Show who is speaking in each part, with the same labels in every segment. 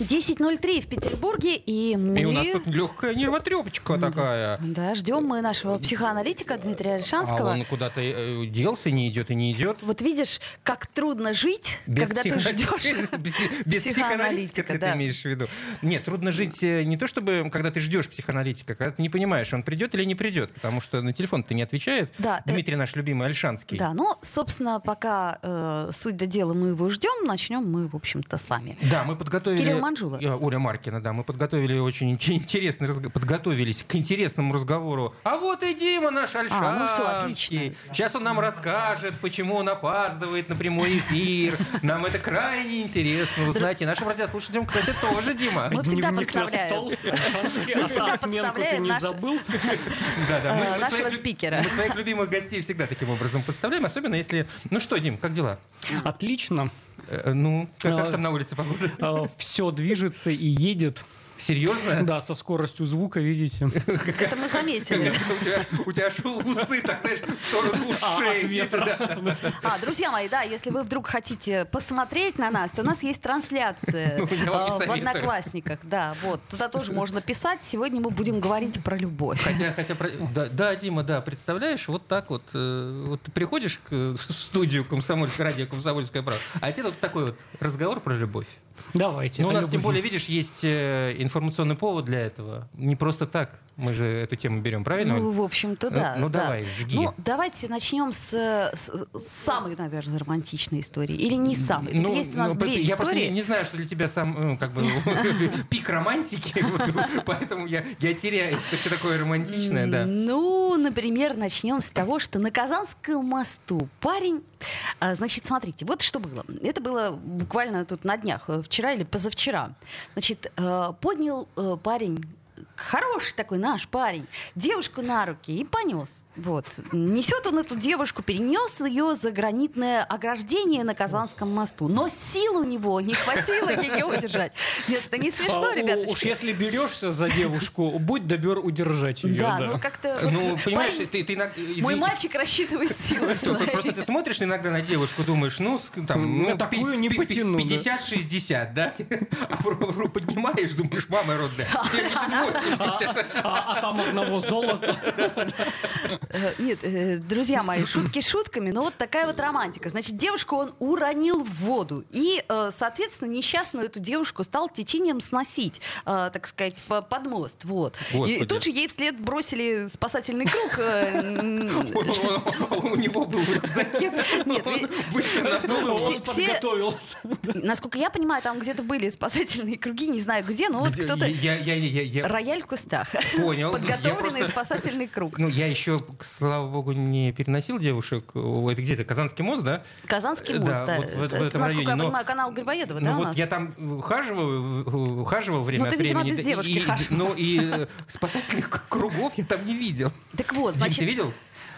Speaker 1: 10.03 в Петербурге, и мы...
Speaker 2: И у нас тут легкая нервотрепочка такая.
Speaker 1: Да, ждем мы нашего психоаналитика Дмитрия
Speaker 2: А
Speaker 1: Альшанского.
Speaker 2: он куда-то э, делся, не идет и не идет.
Speaker 1: Вот видишь, как трудно жить, когда ты
Speaker 2: психоаналитика.
Speaker 1: ждешь.
Speaker 2: Без- Без
Speaker 1: психоаналитика,
Speaker 2: психоаналитика ты
Speaker 1: да.
Speaker 2: это имеешь в виду. Нет, трудно жить э, не то, чтобы когда ты ждешь психоаналитика, когда ты не понимаешь, он придет или не придет, потому что на телефон ты не отвечает.
Speaker 1: Да, э,
Speaker 2: Дмитрий наш любимый Альшанский.
Speaker 1: Да, ну, собственно, пока э, суть до дела мы его ждем, начнем мы, в общем-то, сами.
Speaker 2: Да, мы подготовили...
Speaker 1: Кирилл Манжула.
Speaker 2: Э, Оля Маркина, да. Мы подготовили очень ин- интересный разговор. Подготовились к интересному разговору. А вот и Дима наш Альшанский.
Speaker 1: ну всё, отлично.
Speaker 2: Сейчас он нам расскажет, почему он опаздывает на прямой эфир. Нам это крайне интересно узнать. И нашим радиослушателям, кстати, тоже, Дима.
Speaker 1: Мы всегда
Speaker 3: Дневник на
Speaker 1: подставляем.
Speaker 3: стол. Шанский,
Speaker 1: Мы
Speaker 3: а
Speaker 1: всегда
Speaker 3: сменку ты
Speaker 1: подставляем
Speaker 3: не
Speaker 1: наш-
Speaker 3: забыл?
Speaker 2: Да, да, мы-
Speaker 1: э,
Speaker 2: мы
Speaker 1: нашего
Speaker 2: своих лю-
Speaker 1: спикера.
Speaker 2: Мы своих любимых гостей всегда таким образом подставляем. Особенно если... Ну что, Дим, как дела?
Speaker 3: Отлично.
Speaker 2: Э, Ну, как как
Speaker 3: Э,
Speaker 2: там на улице погода?
Speaker 3: Все движется и едет.
Speaker 2: Серьезно?
Speaker 3: Да, со скоростью звука, видите.
Speaker 1: Это мы заметили.
Speaker 2: У тебя, у тебя аж усы, так знаешь, в сторону
Speaker 3: А,
Speaker 2: ушей.
Speaker 3: от ветра.
Speaker 1: А, друзья мои, да, если вы вдруг хотите посмотреть на нас, то у нас есть трансляция
Speaker 2: Ну, я
Speaker 1: э,
Speaker 2: вам не
Speaker 1: в
Speaker 2: советую.
Speaker 1: Одноклассниках. Да, вот. Туда тоже можно писать. Сегодня мы будем говорить про любовь.
Speaker 2: Хотя, хотя, про- ну, да, да, Дима, да, представляешь, вот так вот, э, вот ты приходишь к э, в студию комсомольской радио «Комсомольская правда», а тебе вот такой вот разговор про любовь.
Speaker 3: Давайте.
Speaker 1: Типа
Speaker 2: Ну, у
Speaker 3: о
Speaker 2: нас,
Speaker 3: любви.
Speaker 2: тем более, видишь, есть э, информационный повод для этого. Не просто так мы же эту тему берем, правильно?
Speaker 1: Ну,
Speaker 2: Оль?
Speaker 1: в общем-то,
Speaker 2: Ну,
Speaker 1: да.
Speaker 2: ну,
Speaker 1: да.
Speaker 2: давай, жги.
Speaker 1: Ну, давайте начнем с, э, с- с самой, наверное, романтичной истории. Или не самой. Тут
Speaker 2: Ну,
Speaker 1: есть у нас
Speaker 2: ну,
Speaker 1: две
Speaker 2: я просто не,
Speaker 1: истории.
Speaker 2: не знаю, что для тебя сам, ну, как бы, пик романтики, вот, поэтому я, я теряюсь, что ты такое романтичное, да.
Speaker 1: Ну, например, начнем с того, что на Казанском мосту парень... а, Значит, смотрите, вот что было. Это было буквально тут на днях, э, вчера или позавчера. Значит, э, поднял э, парень хороший такой наш парень, девушку на руки и понес. Вот. Несет он эту девушку, перенес ее за гранитное ограждение на Казанском мосту. Но сил у него не хватило ее удержать. Нет, это не смешно,
Speaker 3: А,
Speaker 1: Ну ребята.
Speaker 3: Уж если берешься за девушку, будь добер удержать ее.
Speaker 1: Да, ну как-то... вот
Speaker 2: Ну, понимаешь,
Speaker 1: парень-
Speaker 2: ты, ты иногда-
Speaker 1: мой
Speaker 2: извини,
Speaker 1: мальчик рассчитывает силы
Speaker 2: Просто-
Speaker 1: свои.
Speaker 2: Просто ты смотришь иногда на девушку, думаешь, ну, ск- там,
Speaker 3: Ну,
Speaker 2: ну,
Speaker 3: такую
Speaker 2: пи-
Speaker 3: не
Speaker 2: пи-
Speaker 3: потяну, да.
Speaker 2: 50-60, да? А в ру- в ру- поднимаешь, думаешь, мама родная, 70-80.
Speaker 3: А, а там одного золота.
Speaker 1: Э, Нет, э, друзья мои, шутки шутками, но вот такая вот романтика. Значит, девушку он уронил в воду. И, э, соответственно, несчастную эту девушку стал течением сносить, э, так сказать, по- под мост. Вот. И
Speaker 2: Господи.
Speaker 1: тут же ей вслед бросили спасательный круг. э, м,
Speaker 2: Он- он- он- У него был в рюкзаке, да?
Speaker 1: Нет,
Speaker 2: Он
Speaker 1: ви-
Speaker 2: быстро
Speaker 3: Ну,
Speaker 2: надул его.
Speaker 1: Все-
Speaker 3: он
Speaker 1: все-
Speaker 3: подготовился.
Speaker 1: Насколько я понимаю, там где-то были спасательные круги, не знаю где, но вот
Speaker 2: Где-
Speaker 1: кто-то...
Speaker 2: Я, я, я, я- я
Speaker 1: Рояль в кустах.
Speaker 2: понял. Я
Speaker 1: Подготовленный
Speaker 2: просто-
Speaker 1: спасательный круг.
Speaker 2: Ну, я еще, слава богу, не переносил девушек. О, Это где-то Казанский мост, да?
Speaker 1: Казанский
Speaker 2: Э,
Speaker 1: мост,
Speaker 2: да,
Speaker 1: да.
Speaker 2: вот в- в
Speaker 1: Это,
Speaker 2: этом
Speaker 1: насколько
Speaker 2: районе,
Speaker 1: я
Speaker 2: но-
Speaker 1: понимаю, канал Грибоедова,
Speaker 2: Ну
Speaker 1: да, у
Speaker 2: вот
Speaker 1: нас?
Speaker 2: я там ухаживал, ухаживал время
Speaker 1: Ну, ты,
Speaker 2: от
Speaker 1: видимо,
Speaker 2: времени.
Speaker 1: без девушки
Speaker 2: и,
Speaker 1: хаживал.
Speaker 2: Ну и э, спасательных к- кругов я там не видел.
Speaker 1: Так вот,
Speaker 2: Дим, ты
Speaker 1: значит,
Speaker 2: видел?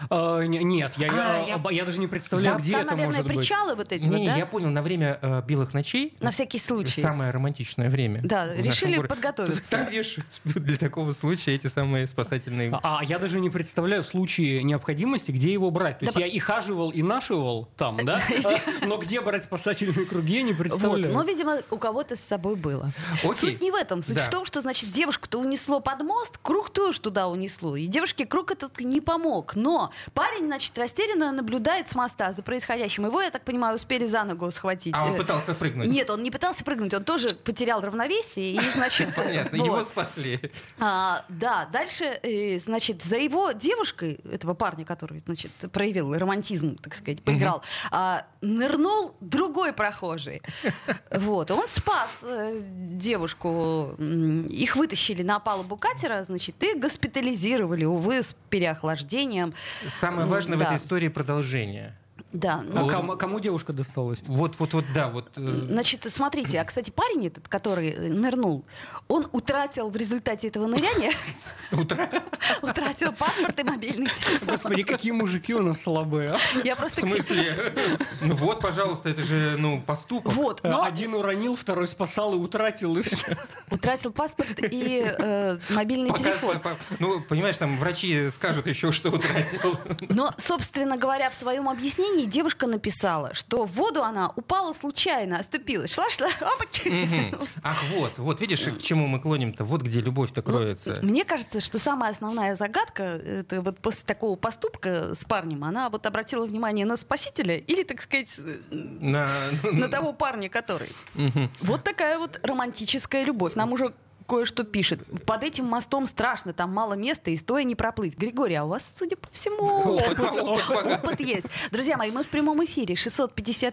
Speaker 3: А, не- Нет, я-
Speaker 1: А,
Speaker 3: я
Speaker 1: я-
Speaker 3: оба- я даже не представляю,
Speaker 1: там,
Speaker 3: где
Speaker 1: там,
Speaker 3: это
Speaker 1: наверное,
Speaker 3: может быть.
Speaker 1: причалы вот эти
Speaker 2: не,
Speaker 1: вот,
Speaker 2: не,
Speaker 1: да?
Speaker 2: я понял, на время э, белых ночей
Speaker 1: На всякий случай.
Speaker 2: самое романтичное время.
Speaker 1: Да,
Speaker 2: в нашем
Speaker 1: решили
Speaker 2: городе.
Speaker 1: подготовиться.
Speaker 2: Там вешают для такого случая эти самые спасательные.
Speaker 3: А а я даже не представляю в случае необходимости, где его брать. То есть
Speaker 1: Да,
Speaker 3: я и хаживал, и нашивал там, да? А, Но где брать спасательные круги, я
Speaker 1: Вот,
Speaker 3: не
Speaker 1: ну,
Speaker 3: представляю. А
Speaker 1: но, видимо, у кого-то с собой было.
Speaker 2: Окей.
Speaker 1: Суть не в этом. Суть
Speaker 2: Да.
Speaker 1: в том, что, значит, девушку-то унесло под мост, круг тоже туда унесло. И девушке круг этот не помог. Но парень, значит, растерянно наблюдает с моста за происходящим. Его, я так понимаю, успели за ногу схватить.
Speaker 2: А он
Speaker 1: Э,
Speaker 2: пытался прыгнуть.
Speaker 1: Нет, он не пытался прыгнуть, он тоже потерял равновесие и, значит...
Speaker 2: Понятно,
Speaker 1: вот.
Speaker 2: его спасли.
Speaker 1: А, да, дальше, э, значит, за его девушкой, этого парня, который, значит, проявил романтизм, так сказать, поиграл, а, нырнул другой прохожий. Вот, он спас э, девушку, м, их вытащили на палубу катера, значит, и госпитализировали, увы, с переохлаждением.
Speaker 2: Самое
Speaker 1: М,
Speaker 2: важное в
Speaker 1: Ну, да.
Speaker 2: этой истории продолжение.
Speaker 1: Да,
Speaker 3: А
Speaker 1: ну,
Speaker 2: вот.
Speaker 3: кому, кому девушка досталась?
Speaker 2: Вот, вот, вот, да, вот. э,
Speaker 1: Значит, смотрите, а, кстати, парень этот, который э, нырнул, он утратил в результате этого ныряния,
Speaker 2: утра.
Speaker 1: утратил паспорт и мобильный телефон.
Speaker 3: Господи, какие мужики у нас слабые, а?
Speaker 1: Я
Speaker 2: В
Speaker 1: просто... к тебе-
Speaker 2: смысле? Ну вот, пожалуйста, это же, ну, поступок.
Speaker 1: Вот, но
Speaker 3: Один уронил, второй спасал и утратил, и все.
Speaker 1: утратил паспорт и э, мобильный
Speaker 2: Пока-
Speaker 1: телефон.
Speaker 2: по- по- Ну, понимаешь, там врачи скажут еще, что утратил.
Speaker 1: Но, собственно говоря, в своем объяснении девушка написала, что в воду она упала случайно, оступилась. Шла-шла, опачки.
Speaker 2: Мгм. Ах, вот, вот, видишь, к чему мы клоним-то, вот где любовь-то
Speaker 1: Ну,
Speaker 2: кроется.
Speaker 1: Мне кажется, что самая основная загадка, это вот после такого поступка с парнем, она вот обратила внимание на спасителя или, так сказать, э,
Speaker 2: На-
Speaker 1: на того парня, который.
Speaker 2: Мгм.
Speaker 1: Вот такая вот романтическая любовь. Нам уже кое-что пишет. Под этим мостом страшно, там мало места, и стоя не проплыть. Григорий, а у вас, судя по всему,
Speaker 2: Опыт, опыт богат.
Speaker 1: опыт есть. Друзья мои, мы в прямом эфире.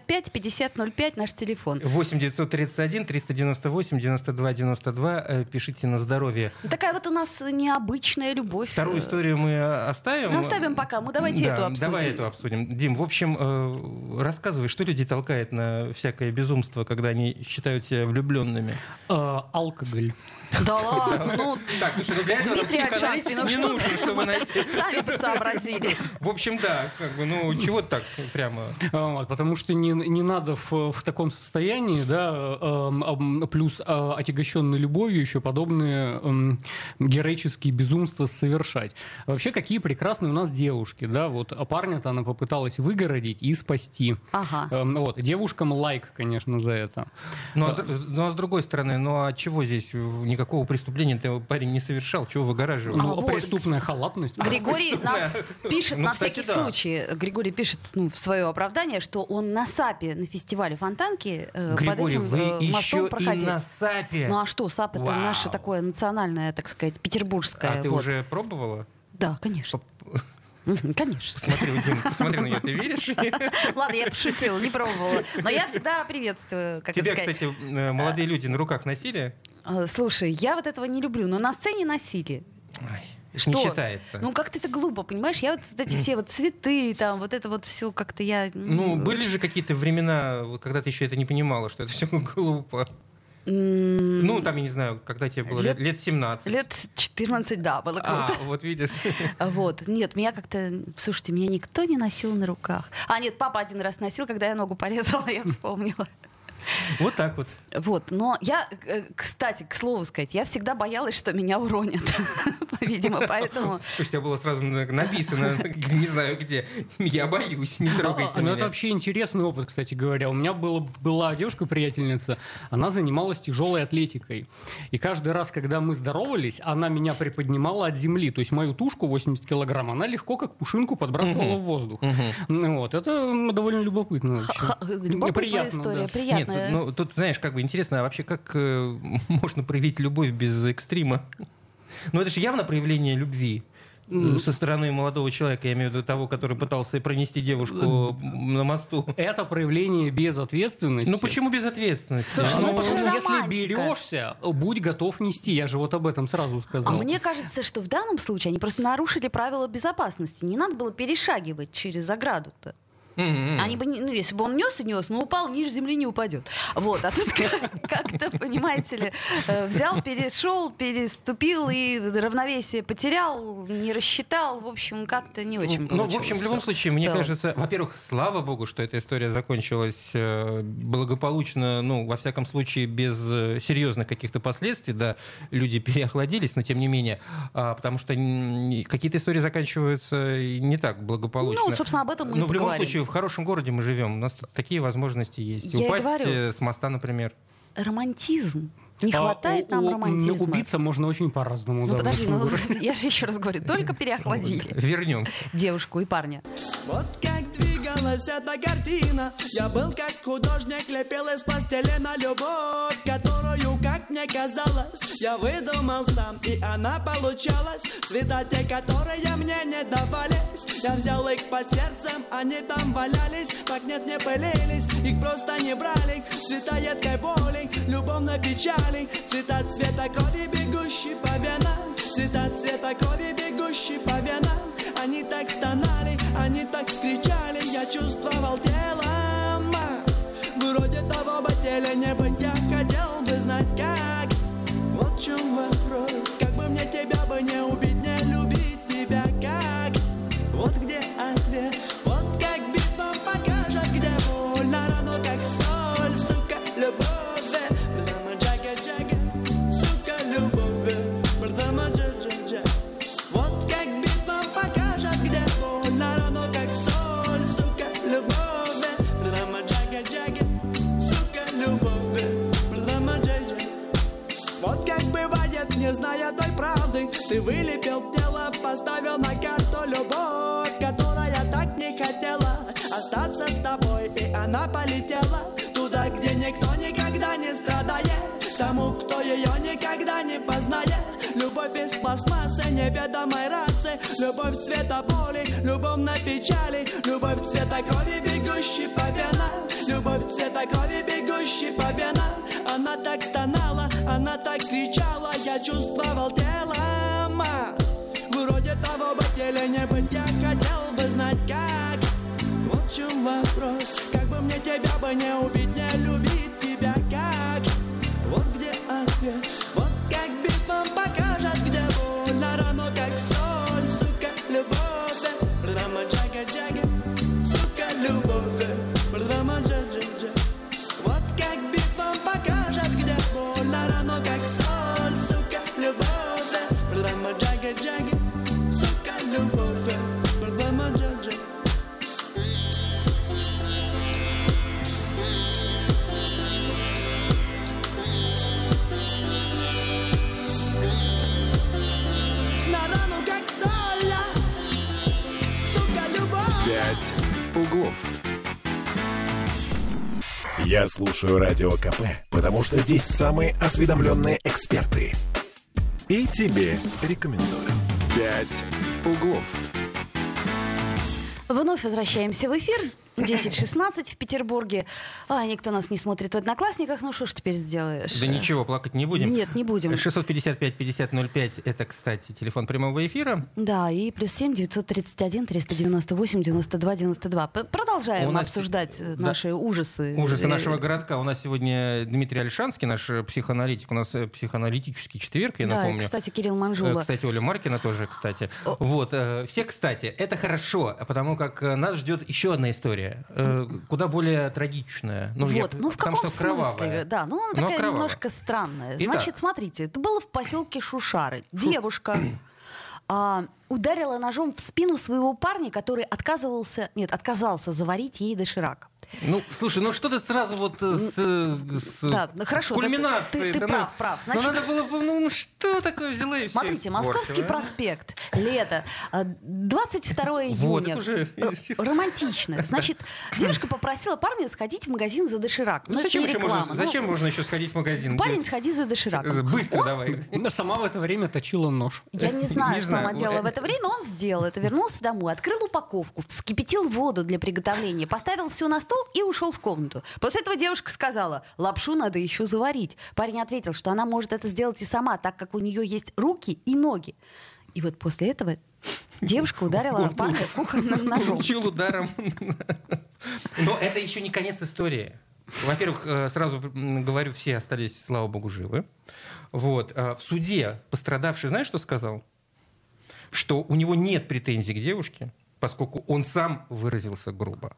Speaker 1: 655-5005 наш телефон.
Speaker 2: 8 931 398 92 92. э, Пишите на здоровье.
Speaker 1: Ну, Такая вот у нас необычная любовь.
Speaker 2: Вторую
Speaker 1: Э,
Speaker 2: историю мы оставим.
Speaker 1: ну, оставим пока. Мы давайте
Speaker 2: Да,
Speaker 1: эту обсудим.
Speaker 2: Давай эту обсудим. Дим, в общем, э, рассказывай, что людей толкает на всякое безумство, когда они считают себя влюбленными.
Speaker 1: А,
Speaker 3: Алкоголь.
Speaker 1: Да ладно, ну,
Speaker 2: Так, слушай, ну для этого нам
Speaker 1: Дмитрий
Speaker 2: психоаналитик
Speaker 1: Альшанский, ну
Speaker 2: не
Speaker 1: что
Speaker 2: нужен,
Speaker 1: ты?
Speaker 2: чтобы найти.
Speaker 1: сами бы сообразили.
Speaker 2: В общем, да, как бы, ну, чего так прямо.
Speaker 3: Вот, потому что не, не надо в, в таком состоянии, да, эм, ам, плюс э, отягощенной любовью еще подобные эм, героические безумства совершать. Вообще, какие прекрасные у нас девушки, да, вот а парня-то она попыталась выгородить и спасти.
Speaker 1: Ага.
Speaker 3: Эм, Вот, девушкам лайк, конечно, за это.
Speaker 2: Ну а, с, др- ну, а с другой стороны, ну, а чего здесь? Никакого преступления-то парень не совершал, чего выгораживать?
Speaker 3: Ну, а
Speaker 1: вот.
Speaker 3: преступная халатность.
Speaker 1: Григорий нам пишет
Speaker 2: Ну,
Speaker 1: на
Speaker 2: кстати,
Speaker 1: всякий
Speaker 2: да.
Speaker 1: случай. Григорий пишет ну, в свое оправдание, что он на САПе на фестивале Фонтанки э,
Speaker 2: Григорий,
Speaker 1: под этим
Speaker 2: вы
Speaker 1: э, мостом
Speaker 2: еще и
Speaker 1: проходил.
Speaker 2: на САПе.
Speaker 1: Ну а что, САП это
Speaker 2: Э, Вау.
Speaker 1: наше такое национальное, так сказать, петербургское.
Speaker 2: А ты
Speaker 1: вот.
Speaker 2: уже пробовала?
Speaker 1: Да, конечно. Мгм, Конечно.
Speaker 2: Посмотри, Дим, посмотри на нее, ты веришь?
Speaker 1: Ладно, я пошутила, не пробовала. Но я всегда приветствую, как это
Speaker 2: Тебя,
Speaker 1: сказать.
Speaker 2: кстати, э, молодые люди на руках носили?
Speaker 1: Э, Слушай, я вот этого не люблю, но на сцене носили.
Speaker 2: Ай,
Speaker 1: Что?
Speaker 2: Не считается.
Speaker 1: Ну, как-то это глупо, понимаешь? Я вот вот эти все вот цветы, там, вот это вот все как-то я...
Speaker 2: Ну, были же какие-то времена, вот когда ты еще это не понимала, что это все глупо.
Speaker 1: М,
Speaker 2: Ну, там, я не знаю, когда тебе было
Speaker 1: Лет-
Speaker 2: лет, лет 17.
Speaker 1: Лет 14, да, было
Speaker 2: А,
Speaker 1: круто.
Speaker 2: вот видишь.
Speaker 1: Вот. Нет, меня как-то... Слушайте, меня никто не носил на руках. А, нет, папа один раз носил, когда я ногу порезала, я вспомнила.
Speaker 2: Вот так вот.
Speaker 1: Вот, но я, э, кстати, к слову сказать, я всегда боялась, что меня уронят, видимо, поэтому...
Speaker 2: То есть у тебя было сразу на- написано, не знаю где. Я боюсь, не трогайте
Speaker 3: А, ну,
Speaker 2: меня.
Speaker 3: это вообще интересный опыт, кстати говоря. У меня было, была девушка-приятельница, она занималась тяжелой атлетикой. И каждый раз, когда мы здоровались, она меня приподнимала от земли. То есть мою тушку 80 килограмм она легко, как пушинку, подбрасывала
Speaker 2: Мгм.
Speaker 3: в воздух.
Speaker 2: Мгм.
Speaker 3: Ну, Вот, это м, довольно любопытно. вообще.
Speaker 1: Ха- Любопытная
Speaker 3: Приятно,
Speaker 1: история,
Speaker 3: да.
Speaker 2: Нет,
Speaker 1: приятная.
Speaker 2: ну тут, знаешь, как бы интересно, а вообще как э, можно проявить любовь без экстрима? Ну это же явно проявление любви. э, Со стороны молодого человека, я имею в виду того, который пытался пронести девушку на мосту.
Speaker 3: Это проявление безответственности.
Speaker 2: Ну почему безответственность?
Speaker 1: Слушай, ну,
Speaker 3: Ну,
Speaker 1: это же
Speaker 3: потому что если
Speaker 1: романтика.
Speaker 3: берешься, будь готов нести. Я же вот об этом сразу
Speaker 1: А
Speaker 3: сказал.
Speaker 1: мне кажется, что в данном случае они просто нарушили правила безопасности. Не надо было перешагивать через ограду-то.
Speaker 2: М-м.
Speaker 1: Они бы, не- ну, если бы он нес и нес, но упал ниже земли не упадет. Вот, а тут как- как-то, понимаете ли, э, взял, перешел, переступил и равновесие потерял, не рассчитал. В общем, как-то не очень
Speaker 2: Ну,
Speaker 1: получилось.
Speaker 2: в общем, в любом случае, мне
Speaker 1: целом.
Speaker 2: кажется, во-первых, слава богу, что эта история закончилась э, благополучно, ну, во всяком случае, без э, серьезных каких-то последствий, да, люди переохладились, но тем не менее, а, потому что м, не- какие-то истории заканчиваются и не так благополучно.
Speaker 1: Ну, собственно, об этом мы и
Speaker 2: Но в любом
Speaker 1: поговорим.
Speaker 2: случае, в хорошем городе мы живем, у нас тут такие возможности есть.
Speaker 1: Я и
Speaker 2: Упасть
Speaker 1: говорю.
Speaker 2: э, с моста, например.
Speaker 1: Романтизм. Не
Speaker 3: А,
Speaker 1: хватает
Speaker 3: у-
Speaker 1: нам
Speaker 3: у-
Speaker 1: романтизма.
Speaker 3: Убиться можно очень по-разному.
Speaker 1: Ну,
Speaker 3: да, в
Speaker 1: подожди,
Speaker 3: этом
Speaker 1: ну,
Speaker 3: городе.
Speaker 1: я же еще раз говорю, только переохладили
Speaker 2: Вернемся.
Speaker 1: девушку и парня.
Speaker 4: Вот как двигалась эта картина Я был как художник, лепил из пластилина любовь Которую, как мне казалось, я выдумал сам И она получалась Цвета те, которые мне не давались Я взял их под сердцем, они там валялись Так нет, не пылились, их просто не брали Цвета едкой боли, любовной печали Цвета цвета крови, бегущей по венам Цвета цвета крови, бегущей по венам Они так стонали, они так кричали Я чувствовал телом Вроде того бы теле не быть Я хотел бы знать как Вот в чем вопрос Как бы мне тебя бы не убить Не любить тебя как Вот где ответ Вот как битва покажет Где больно рано как соль Сука, любовь э. Бадама, джага, джага. Сука, любовь э. Бадама, джа, джа, джа. Вот как битва покажет, где больно рано, как соль, сука, любовь. э. Брама джага джага, сука, любовь. э. Брама джага. Вот как бывает, не зная той правды Ты вылепил тело, поставил на карту любовь Которая так не хотела остаться с тобой И она полетела туда, где никто никогда не страдает Тому, кто ее никогда не познает Любовь из пластмассы, неведомой расы Любовь цвета боли, любовь на печали Любовь цвета крови, бегущей по венам Любовь цвета крови, бегущей по венам Она так стонала, она так кричала Я чувствовал телом а. Вроде того бы теле не быть Я хотел бы знать как Вот в чем вопрос Как бы мне тебя бы не убить Не любить тебя как Вот где ответ Вот как битва покажет Где больно рано как соль Сука, любовь э. Рама джага джага Сука, любовь э. Рама джага джага вот как битва покажет, где больно рано, как соль, сука, любовь. э. Брама джага джага, сука, любовь. э. Брама джага. На рану, как соль, а, сука, любовь.
Speaker 5: Пять углов. Я слушаю радио КП, потому что здесь самые осведомленные эксперты. И тебе рекомендую. Пять углов.
Speaker 1: Вновь возвращаемся в эфир. 10.16 в Петербурге. А, никто нас не смотрит в «Одноклассниках». Ну, что ж теперь сделаешь?
Speaker 2: Да ничего, плакать не будем.
Speaker 1: Нет, не будем.
Speaker 2: 655-5005 — это, кстати, телефон прямого эфира.
Speaker 1: Да, и плюс 7 931 398 92 92. П- Продолжаем
Speaker 2: У нас-
Speaker 1: обсуждать э,
Speaker 2: да.
Speaker 1: наши ужасы.
Speaker 2: Ужасы
Speaker 1: Э,
Speaker 2: нашего городка. У нас сегодня Дмитрий Альшанский, наш э, психоаналитик. У нас э, психоаналитический четверг, я
Speaker 1: Да, и,
Speaker 2: напомню.
Speaker 1: кстати, Кирилл
Speaker 2: Э,
Speaker 1: Манжула.
Speaker 2: Кстати, Оля Маркина тоже, кстати.
Speaker 1: О.
Speaker 2: Вот, э, все, кстати, это хорошо, потому как э, нас ждет еще одна история, э, куда более трагичная. Ну, я-
Speaker 1: вот, ну в
Speaker 2: потому
Speaker 1: каком
Speaker 2: что
Speaker 1: смысле?
Speaker 2: кровавая.
Speaker 1: Да, ну она
Speaker 2: Но
Speaker 1: такая
Speaker 2: кровавая.
Speaker 1: немножко странная.
Speaker 2: Итак.
Speaker 1: Значит, смотрите, это было в поселке Шушары. Девушка а, ударила ножом в спину своего парня, который отказывался, нет, отказался заварить ей доширак.
Speaker 2: Ну, слушай, ну что ты сразу вот э, с, э, с,
Speaker 1: да, ну хорошо,
Speaker 2: с
Speaker 1: да, ты-
Speaker 2: кульминацией.
Speaker 1: ты
Speaker 2: ну,
Speaker 1: прав, прав.
Speaker 2: Ну,
Speaker 1: Значит-
Speaker 2: надо было бы, ну что такое взяла и все
Speaker 1: Смотрите, Московский
Speaker 2: испортила, а?
Speaker 1: проспект, лето, а, 22
Speaker 2: Вот,
Speaker 1: июня.
Speaker 2: это уже-
Speaker 1: Э, Романтично. Значит, девушка попросила парня сходить в магазин за доширак.
Speaker 2: Ну,
Speaker 1: Ну, это
Speaker 2: зачем
Speaker 1: не
Speaker 2: еще
Speaker 1: реклама.
Speaker 2: можно, зачем
Speaker 1: Ну,
Speaker 2: можно еще сходить в магазин?
Speaker 1: Парень,
Speaker 2: Где-
Speaker 1: сходи за
Speaker 2: Э,
Speaker 1: дошираком.
Speaker 2: Быстро давай.
Speaker 3: Она сама в это время точила нож.
Speaker 1: Я не знаю,
Speaker 2: Не
Speaker 1: что
Speaker 2: знаю.
Speaker 1: она делала в это время. Он сделал это, вернулся домой, открыл упаковку, вскипятил воду для приготовления, поставил все на стол и ушел в комнату. После этого девушка сказала, лапшу надо еще заварить. Парень ответил, что она может это сделать и сама, так как у нее есть руки и ноги. И вот после этого девушка ударила парня кухонным ножом.
Speaker 2: Получил ударом. Но это еще не конец истории. Во-первых, э, сразу м, говорю, все остались, слава богу, живы. Вот. э, В суде пострадавший, знаешь, что сказал? Что у него нет претензий к девушке, поскольку он сам выразился грубо.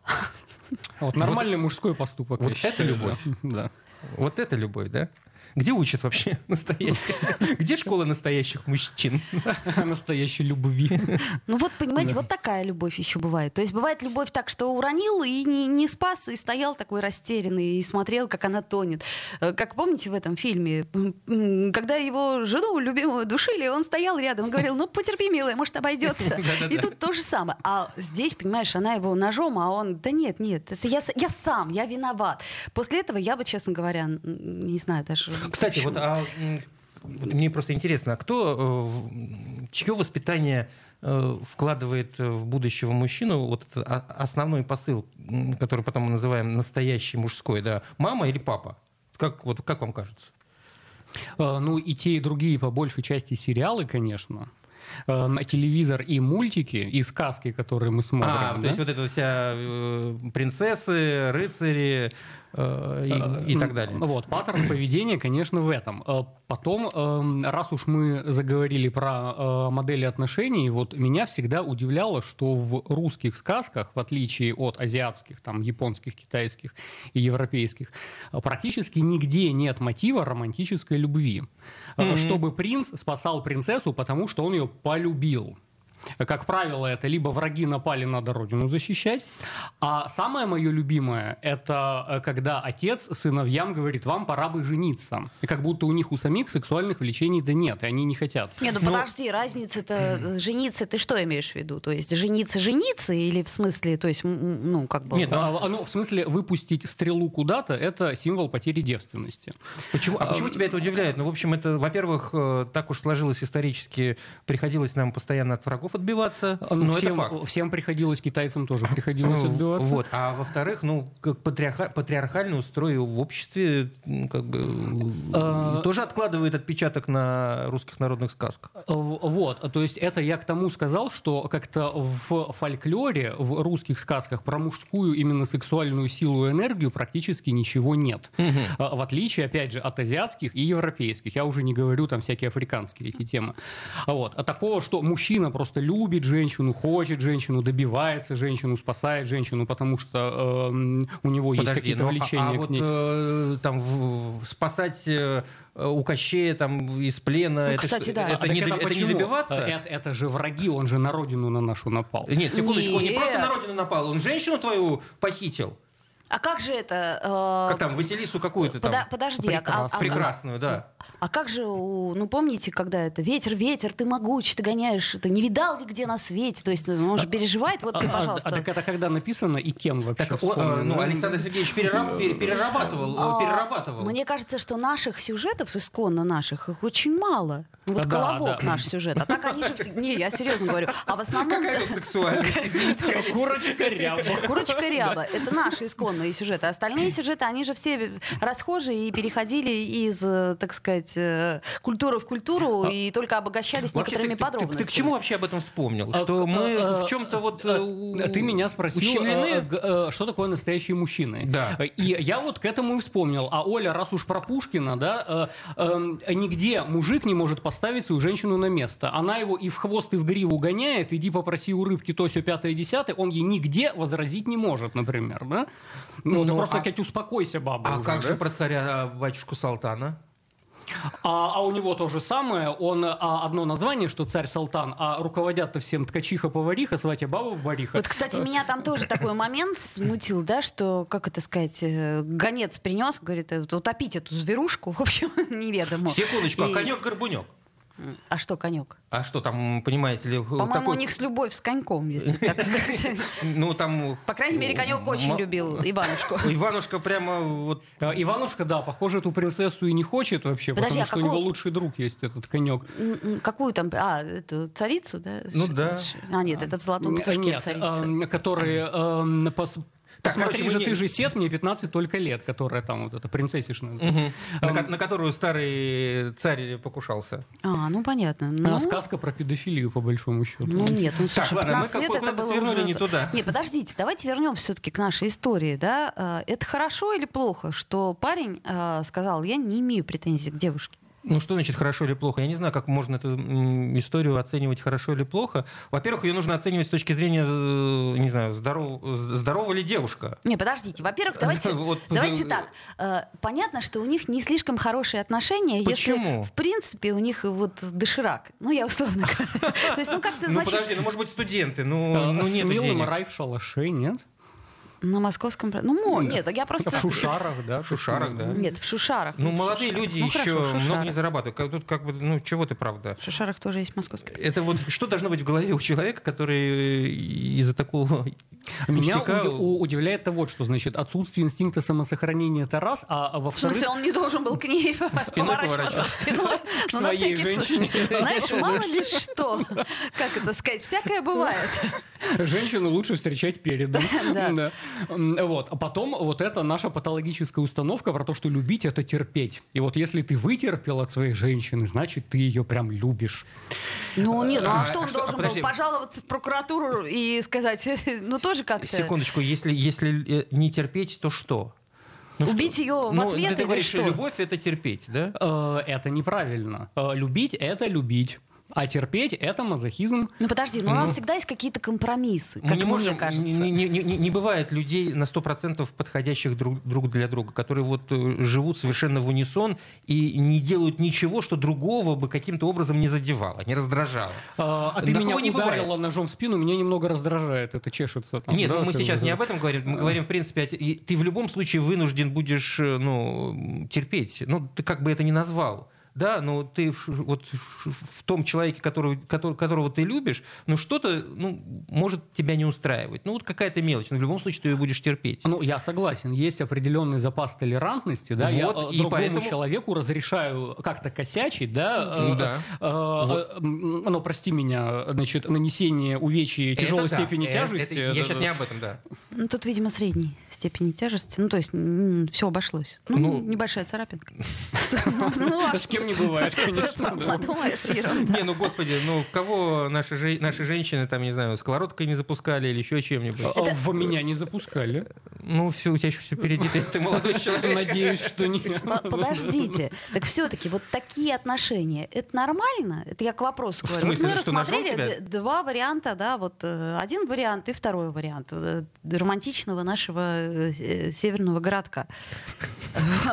Speaker 3: А Вот нормальный мужской поступок.
Speaker 2: вот
Speaker 3: я считаю,
Speaker 2: это любовь.
Speaker 3: Да.
Speaker 2: Вот это любовь, да? Где учат вообще настоящих? Где школа настоящих мужчин?
Speaker 3: Да. Настоящей любви.
Speaker 1: Ну вот, понимаете, вот такая любовь еще бывает. То есть бывает любовь так, что уронил и не, не спас, и стоял такой растерянный, и смотрел, как она тонет. Э, Как помните в этом фильме, м, когда его жену любимую душили, он стоял рядом и говорил, ну потерпи, милая, может, обойдется. И тут то же самое. А здесь, понимаешь, она его ножом, а он, да нет, нет, это я, с- я сам, я виноват. После этого я бы, честно говоря, н- не знаю даже...
Speaker 2: Кстати,
Speaker 1: почему.
Speaker 2: вот, а, м, вот мне просто интересно, а кто, э, в- м, чье воспитание э, вкладывает э, в будущего мужчину вот этот о- основной посыл, м, который потом мы называем настоящий мужской, да, мама или папа? Как, вот, как вам кажется?
Speaker 3: Э, А, Ну, и те, и другие, по большей части, сериалы, конечно. э, телевизор и мультики, и сказки, которые мы смотрим.
Speaker 2: А, то
Speaker 3: да?
Speaker 2: есть вот эта вся э, принцессы, рыцари э, и, и
Speaker 3: Э,
Speaker 2: так
Speaker 3: м,
Speaker 2: далее.
Speaker 3: Вот, паттерн поведения, конечно, в этом. Э, Потом, эм, раз уж мы заговорили про э, модели отношений, вот меня всегда удивляло, что в русских сказках, в отличие от азиатских, там, японских, китайских и европейских, э, практически нигде нет мотива романтической любви. Э,
Speaker 2: Мгм.
Speaker 3: Чтобы принц спасал принцессу, потому что он ее полюбил. Как правило, это либо враги напали, надо родину защищать. А самое мое любимое, это э, когда отец сыновьям говорит, вам пора бы жениться. И как будто у них у самих сексуальных влечений да нет, и они не хотят.
Speaker 1: Не, ну
Speaker 3: Но-
Speaker 1: подожди, разница-то э, жениться, ты что имеешь в виду? То есть жениться, жениться или в смысле, то есть, м, м, ну, как бы...
Speaker 3: Нет, а, а, ну, в смысле выпустить стрелу куда-то, это символ потери девственности.
Speaker 2: Почему, а почему тебя это удивляет? Ну, в общем, это, во-первых, э, так уж сложилось исторически, приходилось нам постоянно от врагов отбиваться,
Speaker 3: А, ну,
Speaker 2: но
Speaker 3: всем,
Speaker 2: это факт.
Speaker 3: всем приходилось, китайцам тоже приходилось
Speaker 2: Ну,
Speaker 3: отбиваться.
Speaker 2: Вот. А во-вторых, ну, как патриарха- патриархальный устрой в обществе м, как бы м,
Speaker 3: А.
Speaker 2: тоже откладывает отпечаток на русских народных сказках.
Speaker 3: В- Вот, а то есть это я к тому сказал, что как-то в фольклоре, в русских сказках про мужскую именно сексуальную силу и энергию практически ничего нет. А, В отличие, опять же, от азиатских и европейских. Я уже не говорю там всякие африканские эти темы. А Вот. А такого, что мужчина просто любит женщину, хочет женщину, добивается женщину, спасает женщину, потому что эм, у него есть какие-то
Speaker 2: ну, а-
Speaker 3: влечения
Speaker 2: а,
Speaker 3: к
Speaker 2: вот
Speaker 3: ней.
Speaker 2: э, там в- в- спасать э, э, у Кощея там из плена,
Speaker 1: Ну,
Speaker 2: это, ж-
Speaker 1: кстати, да.
Speaker 2: это
Speaker 3: А так
Speaker 2: не,
Speaker 3: это
Speaker 2: доби- это не
Speaker 3: почему? Э,
Speaker 2: добиваться?
Speaker 3: Это, это же враги, он же на родину на нашу напал.
Speaker 2: Нет, секундочку, он не
Speaker 1: Нет.
Speaker 2: просто на родину напал, он женщину твою похитил.
Speaker 1: А как же это... э,
Speaker 2: Как там, Василису какую-то там.
Speaker 1: пода- подожди, а- а, а-
Speaker 2: Прекрасную, да.
Speaker 1: а как же, у- ну помните, когда это ветер, ветер, ты могуч, ты гоняешь, ты не видал нигде на свете, то есть ну, он же переживает, вот ты,
Speaker 3: А, а,
Speaker 1: пожалуйста.
Speaker 3: А, так это когда написано и кем вообще?
Speaker 2: Так, о,
Speaker 3: вспомнил?
Speaker 2: э, ну, Александр Сергеевич перераб- пере- перерабатывал, э,
Speaker 1: А,
Speaker 2: перерабатывал.
Speaker 1: Мне кажется, что наших сюжетов, исконно наших, их очень мало. Ну, вот
Speaker 3: Да,
Speaker 1: «Колобок»
Speaker 3: да.
Speaker 1: наш сюжет. А так они же все... Не, я серьезно говорю. А в основном...
Speaker 2: сексуальность, извините.
Speaker 3: Курочка ряба.
Speaker 1: Курочка ряба. Это наши исконные сюжеты. Остальные сюжеты, они же все расхожие и переходили из, э, так сказать, э, культуры в культуру и только обогащались
Speaker 2: А Вообще, ты,
Speaker 1: некоторыми
Speaker 2: ты- ты-
Speaker 1: подробностями.
Speaker 2: ты к чему вообще об этом вспомнил?
Speaker 3: А,
Speaker 2: Что
Speaker 3: а,
Speaker 2: мы
Speaker 3: а,
Speaker 2: в чем-то вот... э, у-
Speaker 3: Ты меня спросил,
Speaker 2: ущемлены?
Speaker 3: э, г- э, что такое настоящий мужчина.
Speaker 2: Да.
Speaker 3: Э, И я вот к этому и вспомнил. А Оля, раз уж про Пушкина, да, э, эм, нигде мужик не может поставить свою женщину на место. Она его и в хвост, и в гриву гоняет, иди попроси у рыбки то, все пятое, десятое, он ей нигде возразить не может, например, да? Ну, ты
Speaker 2: Ну,
Speaker 3: просто,
Speaker 2: а-
Speaker 3: опять успокойся, баба.
Speaker 2: А
Speaker 3: уже,
Speaker 2: как
Speaker 3: да?
Speaker 2: же про царя э, батюшку Салтана?
Speaker 3: А, а у него то же самое. Он а, одно название, что царь Салтан, а руководят-то всем ткачиха-повариха, сватья баба бариха.
Speaker 1: Вот, кстати, меня там тоже такой момент смутил, да, что, как это сказать, э, гонец принес, говорит, э, вот утопить эту зверушку, в общем, неведомо.
Speaker 2: Секундочку, а
Speaker 1: И-
Speaker 2: конек-горбунек?
Speaker 1: А что конек?
Speaker 2: А что там, понимаете ли,
Speaker 1: По-моему,
Speaker 2: такой...
Speaker 1: у них с любовь с коньком, если так говорить.
Speaker 2: Ну, там...
Speaker 1: По крайней мере, конек очень
Speaker 2: м-
Speaker 1: любил Иванушку.
Speaker 2: Иванушка прямо вот...
Speaker 3: А, Иванушка, да, похоже, эту принцессу и не хочет вообще,
Speaker 1: Подожди,
Speaker 3: потому
Speaker 1: а
Speaker 3: что у
Speaker 1: какого-
Speaker 3: него лучший друг есть этот конек.
Speaker 1: М, м, Какую там? А, эту царицу, да?
Speaker 2: Ну да.
Speaker 1: А, нет, это в золотом тушке
Speaker 3: Нет,
Speaker 1: царица.
Speaker 3: эм, которые... эм, пос-
Speaker 2: Так,
Speaker 3: Посмотри
Speaker 2: короче,
Speaker 3: же,
Speaker 2: мы не-
Speaker 3: ты же сет, мне 15 только лет, которая там вот эта принцессишная.
Speaker 2: На, ко- на которую старый царь покушался.
Speaker 1: А, ну понятно.
Speaker 3: А,
Speaker 1: Ну,
Speaker 3: Сказка про педофилию, по большому счету.
Speaker 1: ну нет, ну слушай,
Speaker 2: ладно, мы
Speaker 1: 15 лет
Speaker 2: как-
Speaker 1: это
Speaker 2: куда-то
Speaker 1: было
Speaker 2: свернули
Speaker 1: уже...
Speaker 2: не туда.
Speaker 1: Не, подождите, давайте вернемся все-таки к нашей истории, да? А, Это хорошо или плохо, что парень а, сказал, я не имею претензий к девушке?
Speaker 2: Ну что значит хорошо или плохо? Я не знаю, как можно эту м, историю оценивать хорошо или плохо. Во-первых, ее нужно оценивать с точки зрения, э, не знаю, здоров- з- здорова ли девушка.
Speaker 1: Не, подождите, во-первых, давайте,
Speaker 2: Вот,
Speaker 1: давайте
Speaker 2: э,
Speaker 1: так. А, Понятно, что у них не слишком хорошие отношения,
Speaker 2: Почему?
Speaker 1: если в принципе у них вот доширак. Ну, я условно говорю. То есть, ну как-то,
Speaker 2: Ну
Speaker 1: значит,
Speaker 2: подожди, ну может быть студенты, ну,
Speaker 3: А,
Speaker 2: ну
Speaker 3: С
Speaker 2: нет
Speaker 3: милым
Speaker 2: денег.
Speaker 3: рай в шалаше, нет?
Speaker 1: на московском... про- Ну, мо- нет, я просто...
Speaker 3: В шушарах, да?
Speaker 2: В шушарах, да.
Speaker 1: Нет, в Шушарах.
Speaker 2: Ну
Speaker 1: в
Speaker 2: молодые
Speaker 1: Шушарах.
Speaker 2: люди
Speaker 1: Ну,
Speaker 2: еще
Speaker 1: хорошо, в Шушарах.
Speaker 2: много не зарабатывают. Как- Тут как бы, ну чего ты правда?
Speaker 1: В Шушарах тоже есть московский.
Speaker 2: Это вот что должно быть в голове у человека, который э, из-за такого
Speaker 3: А Меня
Speaker 2: пустяка-
Speaker 3: уди- у- удивляет это вот, что значит отсутствие инстинкта самосохранения это раз, а, а
Speaker 1: В
Speaker 3: во-вторых...
Speaker 1: смысле, он не должен был к ней поворачиваться
Speaker 2: поворачиваться.
Speaker 1: спиной. Ну, на
Speaker 3: своей
Speaker 1: всякий случай. Знаешь, мало ли что. Как это сказать? Всякое бывает.
Speaker 3: Женщину лучше встречать перед.
Speaker 1: Да.
Speaker 3: Да. М, Вот. А потом вот это наша патологическая установка про то, что любить — это терпеть. И вот если ты вытерпел от своей женщины, значит, ты ее прям любишь.
Speaker 1: Ну, нет, ну а
Speaker 2: А,
Speaker 1: что он
Speaker 2: что-
Speaker 1: должен был?
Speaker 2: подожди.
Speaker 1: Пожаловаться в прокуратуру и сказать, ну, тоже как-то...
Speaker 2: Секундочку, если, если э, не терпеть, то что? Ну,
Speaker 1: Убить
Speaker 2: что?
Speaker 1: ее в
Speaker 2: Ну,
Speaker 1: ответ
Speaker 2: ты
Speaker 1: или
Speaker 2: говоришь,
Speaker 1: что?
Speaker 2: любовь — это терпеть, да?
Speaker 3: Э, Это неправильно. Э, Любить — это любить. А терпеть — это мазохизм.
Speaker 1: Ну, подожди, но у нас всегда есть какие-то компромиссы, как
Speaker 2: мы не
Speaker 1: мне
Speaker 2: можем,
Speaker 1: кажется.
Speaker 2: Не, не- не- не- не бывает людей на 100% подходящих друг, друг для друга, которые вот э, живут совершенно в унисон и не делают ничего, что другого бы каким-то образом не задевало, не раздражало.
Speaker 3: Э, А ты
Speaker 2: Такого
Speaker 3: меня
Speaker 2: не бывает.
Speaker 3: ударила ножом в спину, меня немного раздражает. Это чешется. там,
Speaker 2: Нет,
Speaker 3: А, да,
Speaker 2: ну мы
Speaker 3: ты-
Speaker 2: сейчас не об этом говорим, мы говорим, в принципе, о те- и ты в любом случае вынужден будешь, э, ну, терпеть, ну, ты как бы это ни назвал. Да, но ты в ш- вот в ш- в том человеке, который, котор- которого ты любишь, ну что-то ну, может тебя не устраивать. Ну вот какая-то мелочь, но в любом случае ты ее будешь терпеть.
Speaker 3: Ну, я согласен, есть определенный запас толерантности, да, я
Speaker 2: Вот,
Speaker 3: э,
Speaker 2: и
Speaker 3: другому
Speaker 2: поэтому-
Speaker 3: человеку разрешаю как-то косячить, да,
Speaker 2: Ну да.
Speaker 3: э, э, м, ну, прости меня, значит, нанесение увечий тяжелой
Speaker 2: Это да.
Speaker 3: степени
Speaker 2: Э,
Speaker 3: тяжести.
Speaker 2: это- я
Speaker 3: да,
Speaker 2: сейчас
Speaker 3: да.
Speaker 2: не об этом, да.
Speaker 1: Ну, тут, видимо, средней степени тяжести. Ну, то есть, все обошлось. Ну, небольшая царапинка. Ну, а
Speaker 3: С кем не бывает, конечно.
Speaker 1: что?
Speaker 3: да.
Speaker 1: Подумаешь, ерунда.
Speaker 2: Не, ну господи, ну в кого наши, же- наши женщины, там, не знаю, сковородкой не запускали или еще чем-нибудь?
Speaker 3: А В меня не запускали.
Speaker 2: Ну все, у тебя еще все впереди, ты, ты молодой человек.
Speaker 3: Надеюсь, что нет.
Speaker 1: По- Подождите, так все-таки вот такие отношения, это нормально? Это я к вопросу говорю. Вот
Speaker 2: смысле,
Speaker 1: мы
Speaker 2: что, ножом
Speaker 1: рассмотрели
Speaker 2: тебя?
Speaker 1: д- два варианта, да, вот э, один вариант и второй вариант э, романтичного нашего э, э, северного городка.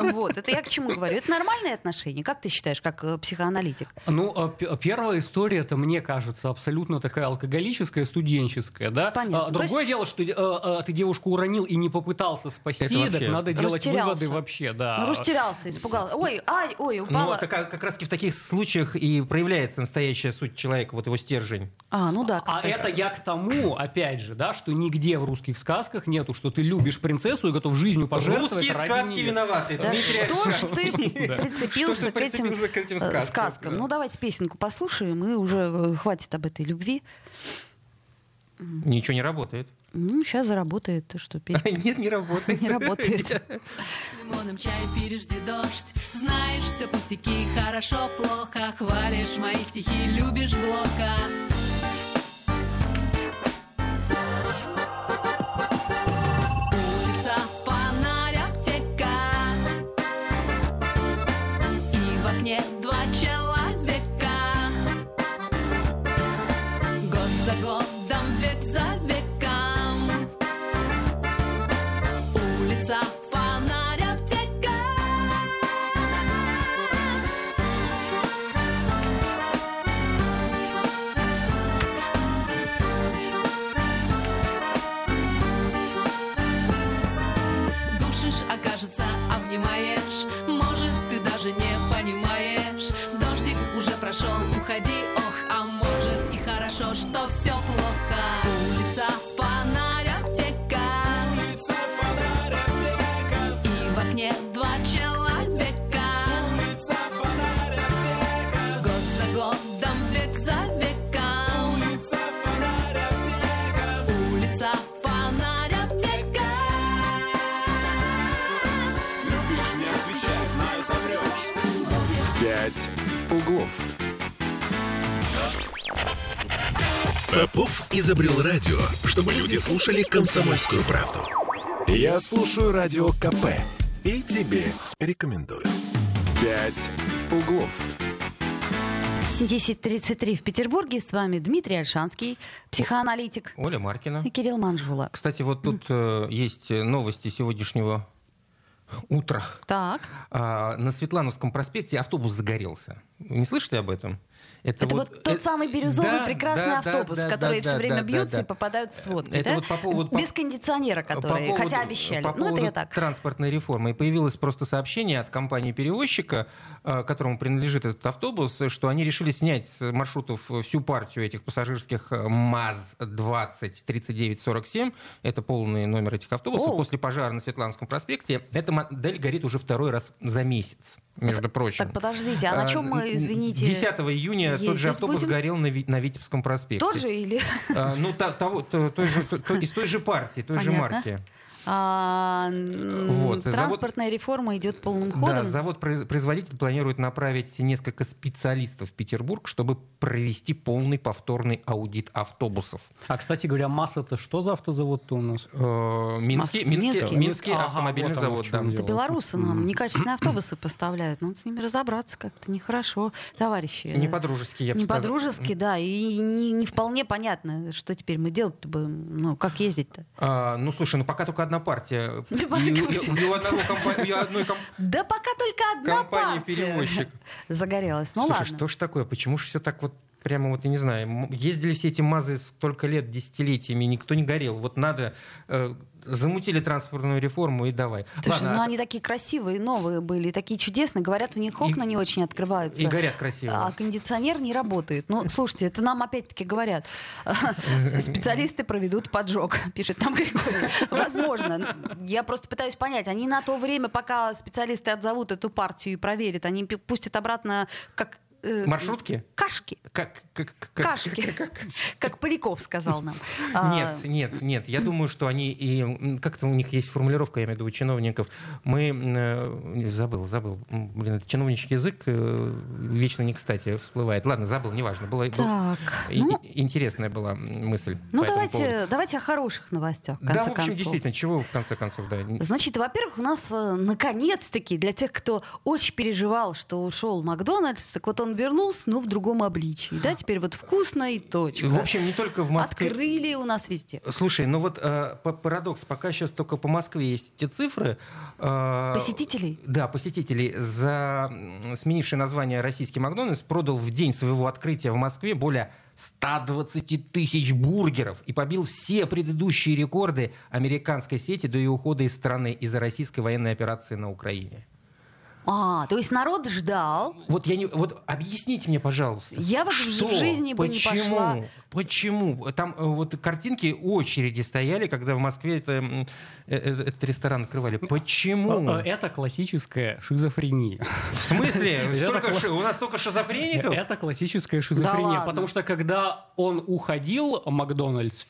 Speaker 1: Вот, это я к чему говорю? Это нормальные отношения, как ты считаешь, как э, психоаналитик?
Speaker 3: Ну, а, п- первая история, это мне кажется, абсолютно такая алкоголическая, студенческая, да.
Speaker 1: Понятно.
Speaker 3: А,
Speaker 1: То
Speaker 3: Другое дело, что э, э, ты девушку уронил и не попытался
Speaker 2: Это
Speaker 3: спасти,
Speaker 2: вообще-
Speaker 3: так надо делать
Speaker 1: Растерялся.
Speaker 3: выводы вообще, да.
Speaker 1: Ну, растерялся, испугался. Ой, ай, ой,
Speaker 2: А, Ну,
Speaker 1: упала.
Speaker 2: так, а, как раз в таких случаях и проявляется настоящая суть человека, вот его стержень.
Speaker 1: А, ну да,
Speaker 3: А
Speaker 1: кстати.
Speaker 3: это я к тому, опять же, да, что нигде в русских сказках нету, что ты любишь принцессу и готов жизнью пожертвовать.
Speaker 2: Русские
Speaker 3: ради
Speaker 2: сказки
Speaker 3: нее.
Speaker 2: виноваты.
Speaker 1: Да
Speaker 2: Дмитрий
Speaker 1: что ж
Speaker 2: Александров.
Speaker 1: ты
Speaker 3: Да.
Speaker 2: Что
Speaker 1: прицепился
Speaker 2: ты
Speaker 1: к этим,
Speaker 2: прицепился к этим
Speaker 1: э,
Speaker 2: сказкам, да.
Speaker 1: Ну, давайте песенку послушаем, и уже э, хватит об этой любви.
Speaker 2: Ничего не работает.
Speaker 1: Ну, сейчас заработает, ты что, песня
Speaker 2: Нет, не работает.
Speaker 1: не работает.
Speaker 6: Лимоном чай пьешь, где дождь Знаешь все пустяки, хорошо, плохо Хвалишь мои стихи, любишь Блока Улица, фонарь, аптека И в окне два человека Год за годом, век за веком Улица, фонарь, аптека. Душишь, окажется, обнимаешь. Может, ты даже не понимаешь. Дождик уже прошел, уходи, ох, а может и хорошо, что все плохо. Улица, фонарь, аптека. И в окне два человека Год за годом, век за веком Улица, фонарь, аптека Любишь, не отвечай, знаю, соврешь
Speaker 5: Пять углов.
Speaker 7: Попов изобрел радио, чтобы люди слушали комсомольскую правду.
Speaker 5: Я слушаю радио КП и тебе рекомендую. Пять углов.
Speaker 1: 10.33 в Петербурге. С вами Дмитрий Альшанский, психоаналитик.
Speaker 2: Оля Маркина.
Speaker 1: И Кирилл Манжула.
Speaker 2: Кстати, вот тут э, есть новости сегодняшнего утра.
Speaker 1: Так,
Speaker 2: А, на Светлановском проспекте автобус загорелся. Не слышали об этом?
Speaker 1: это вот тот
Speaker 2: э,
Speaker 1: самый бирюзовый
Speaker 2: да,
Speaker 1: прекрасный
Speaker 2: да,
Speaker 1: автобус,
Speaker 2: да, да,
Speaker 1: который
Speaker 2: да,
Speaker 1: все время
Speaker 2: да,
Speaker 1: бьются
Speaker 2: да,
Speaker 1: и
Speaker 2: да.
Speaker 1: попадают с водкой,
Speaker 2: Это
Speaker 1: да?
Speaker 2: вот по поводу- по-
Speaker 1: Без кондиционера, которые,
Speaker 2: По поводу-
Speaker 1: хотя обещали.
Speaker 2: По
Speaker 1: ну, это
Speaker 2: поводу
Speaker 1: я так.
Speaker 2: транспортной реформы. И появилось просто сообщение от компании-перевозчика, э, которому принадлежит этот автобус, что они решили снять с маршрутов всю партию этих пассажирских э, МАЗ-20 3947. Это полный номер этих автобусов.
Speaker 1: Оу.
Speaker 2: После пожара на Светланском проспекте эта модель горит уже второй раз за месяц, между прочим.
Speaker 1: Так, подождите, а на
Speaker 2: Э,
Speaker 1: чем мы,
Speaker 2: н-
Speaker 1: извините,
Speaker 2: 10 июня тот
Speaker 1: ездить
Speaker 2: же автобус
Speaker 1: будем?
Speaker 2: горел на, Ви- на Витебском проспекте.
Speaker 1: тоже или...
Speaker 2: А, Ну, та- того- то- той же- то- то- из той же партии, той же
Speaker 1: Понятно.
Speaker 2: марки.
Speaker 1: А, м,
Speaker 2: Вот, завод-
Speaker 1: Транспортная реформа идет полным
Speaker 2: Да,
Speaker 1: ходом.
Speaker 2: завод-производитель планирует направить несколько специалистов в Петербург, чтобы провести полный повторный аудит автобусов.
Speaker 3: А, кстати говоря, масса-то что за автозавод-то у нас?
Speaker 2: Э,
Speaker 1: Мас- Минский.
Speaker 2: Минский, Минский, Минский
Speaker 3: Ага,
Speaker 2: автомобильный
Speaker 3: вот оно
Speaker 2: завод.
Speaker 3: в
Speaker 2: Да.
Speaker 3: чем
Speaker 1: Это
Speaker 3: дело.
Speaker 1: белорусы нам
Speaker 3: Мгм.
Speaker 1: некачественные автобусы поставляют. Надо с ними разобраться как-то нехорошо, товарищи.
Speaker 2: Не по-дружески, я бы
Speaker 1: Не
Speaker 2: сказал.
Speaker 1: по-дружески, да, и не, не вполне понятно, что теперь мы делать-то будем, ну, как ездить-то.
Speaker 2: А, ну, слушай, ну пока только одна партия.
Speaker 1: Да,
Speaker 2: И у-
Speaker 1: пока
Speaker 2: и
Speaker 1: всё.
Speaker 2: у- и у одного компа- и у одной ком-
Speaker 1: Да пока только одна партия
Speaker 2: компании-перевозчик.
Speaker 1: загорелась. Ну
Speaker 2: Слушай,
Speaker 1: ладно.
Speaker 2: что ж такое? Почему же все так вот прямо вот, я не знаю, м- ездили все эти мазы столько лет, десятилетиями, никто не горел. Вот надо... э, замутили транспортную реформу и давай.
Speaker 1: Слушай,
Speaker 2: Ладно,
Speaker 1: ну
Speaker 2: а-
Speaker 1: они такие красивые, новые были, такие чудесные. Говорят, у них окна не очень открываются.
Speaker 2: И горят красиво.
Speaker 1: А кондиционер не работает. Ну, слушайте, это нам опять-таки говорят. Специалисты проведут поджог, пишет там Григорий. Возможно. Я просто пытаюсь понять. Они на то время, пока специалисты отзовут эту партию и проверят, они пи- пустят обратно как... э,
Speaker 2: Маршрутки?
Speaker 1: Кашки.
Speaker 2: Как, как, как-
Speaker 1: Кашки. Как Поляков сказал нам. А,
Speaker 2: Нет, нет, нет. Я думаю, что они и м, как-то у них есть формулировка, я имею в виду у чиновников. Мы м, э, забыл, забыл. М, Блин, это чиновничий язык э, вечно не кстати всплывает. Ладно, забыл, неважно. Было, был-
Speaker 1: Так,
Speaker 2: и-
Speaker 1: ну-
Speaker 2: и- интересная была мысль.
Speaker 1: Ну,
Speaker 2: по этому поводу.
Speaker 1: давайте, давайте о хороших новостях, в
Speaker 2: Да, в
Speaker 1: конце
Speaker 2: общем,
Speaker 1: концов.
Speaker 2: действительно, чего в конце концов, да. н-
Speaker 1: Значит, во-первых, у нас э, наконец-таки для тех, кто очень переживал, что ушел Макдональдс, так вот он вернулся, но в другом обличии. Да, теперь вот вкусно и точка.
Speaker 2: В общем, не только в Москве.
Speaker 1: Открыли у нас везде.
Speaker 2: Слушай, ну вот э, п- парадокс, пока сейчас только по Москве есть те цифры. э,
Speaker 1: Посетителей?
Speaker 2: Да, посетителей. За м, сменивший название российский Макдональдс продал в день своего открытия в Москве более 120 тысяч бургеров и побил все предыдущие рекорды американской сети до ее ухода из страны из-за российской военной операции на Украине.
Speaker 1: А, то есть народ ждал.
Speaker 2: Вот я не, вот объясните мне, пожалуйста.
Speaker 1: Я вот в
Speaker 2: что,
Speaker 1: жизни бы не
Speaker 2: почему,
Speaker 1: пошла.
Speaker 2: Почему? Там э, вот картинки очереди стояли, когда в Москве это, м, э, э, этот ресторан открывали. Почему?
Speaker 3: Э, э, Это классическая шизофрения.
Speaker 2: В смысле?
Speaker 3: это
Speaker 2: Столько
Speaker 3: кла-
Speaker 2: ши- У нас столько шизофреников?
Speaker 3: Это классическая шизофрения,
Speaker 1: ладно?
Speaker 3: потому что когда он уходил, Макдональдс, в-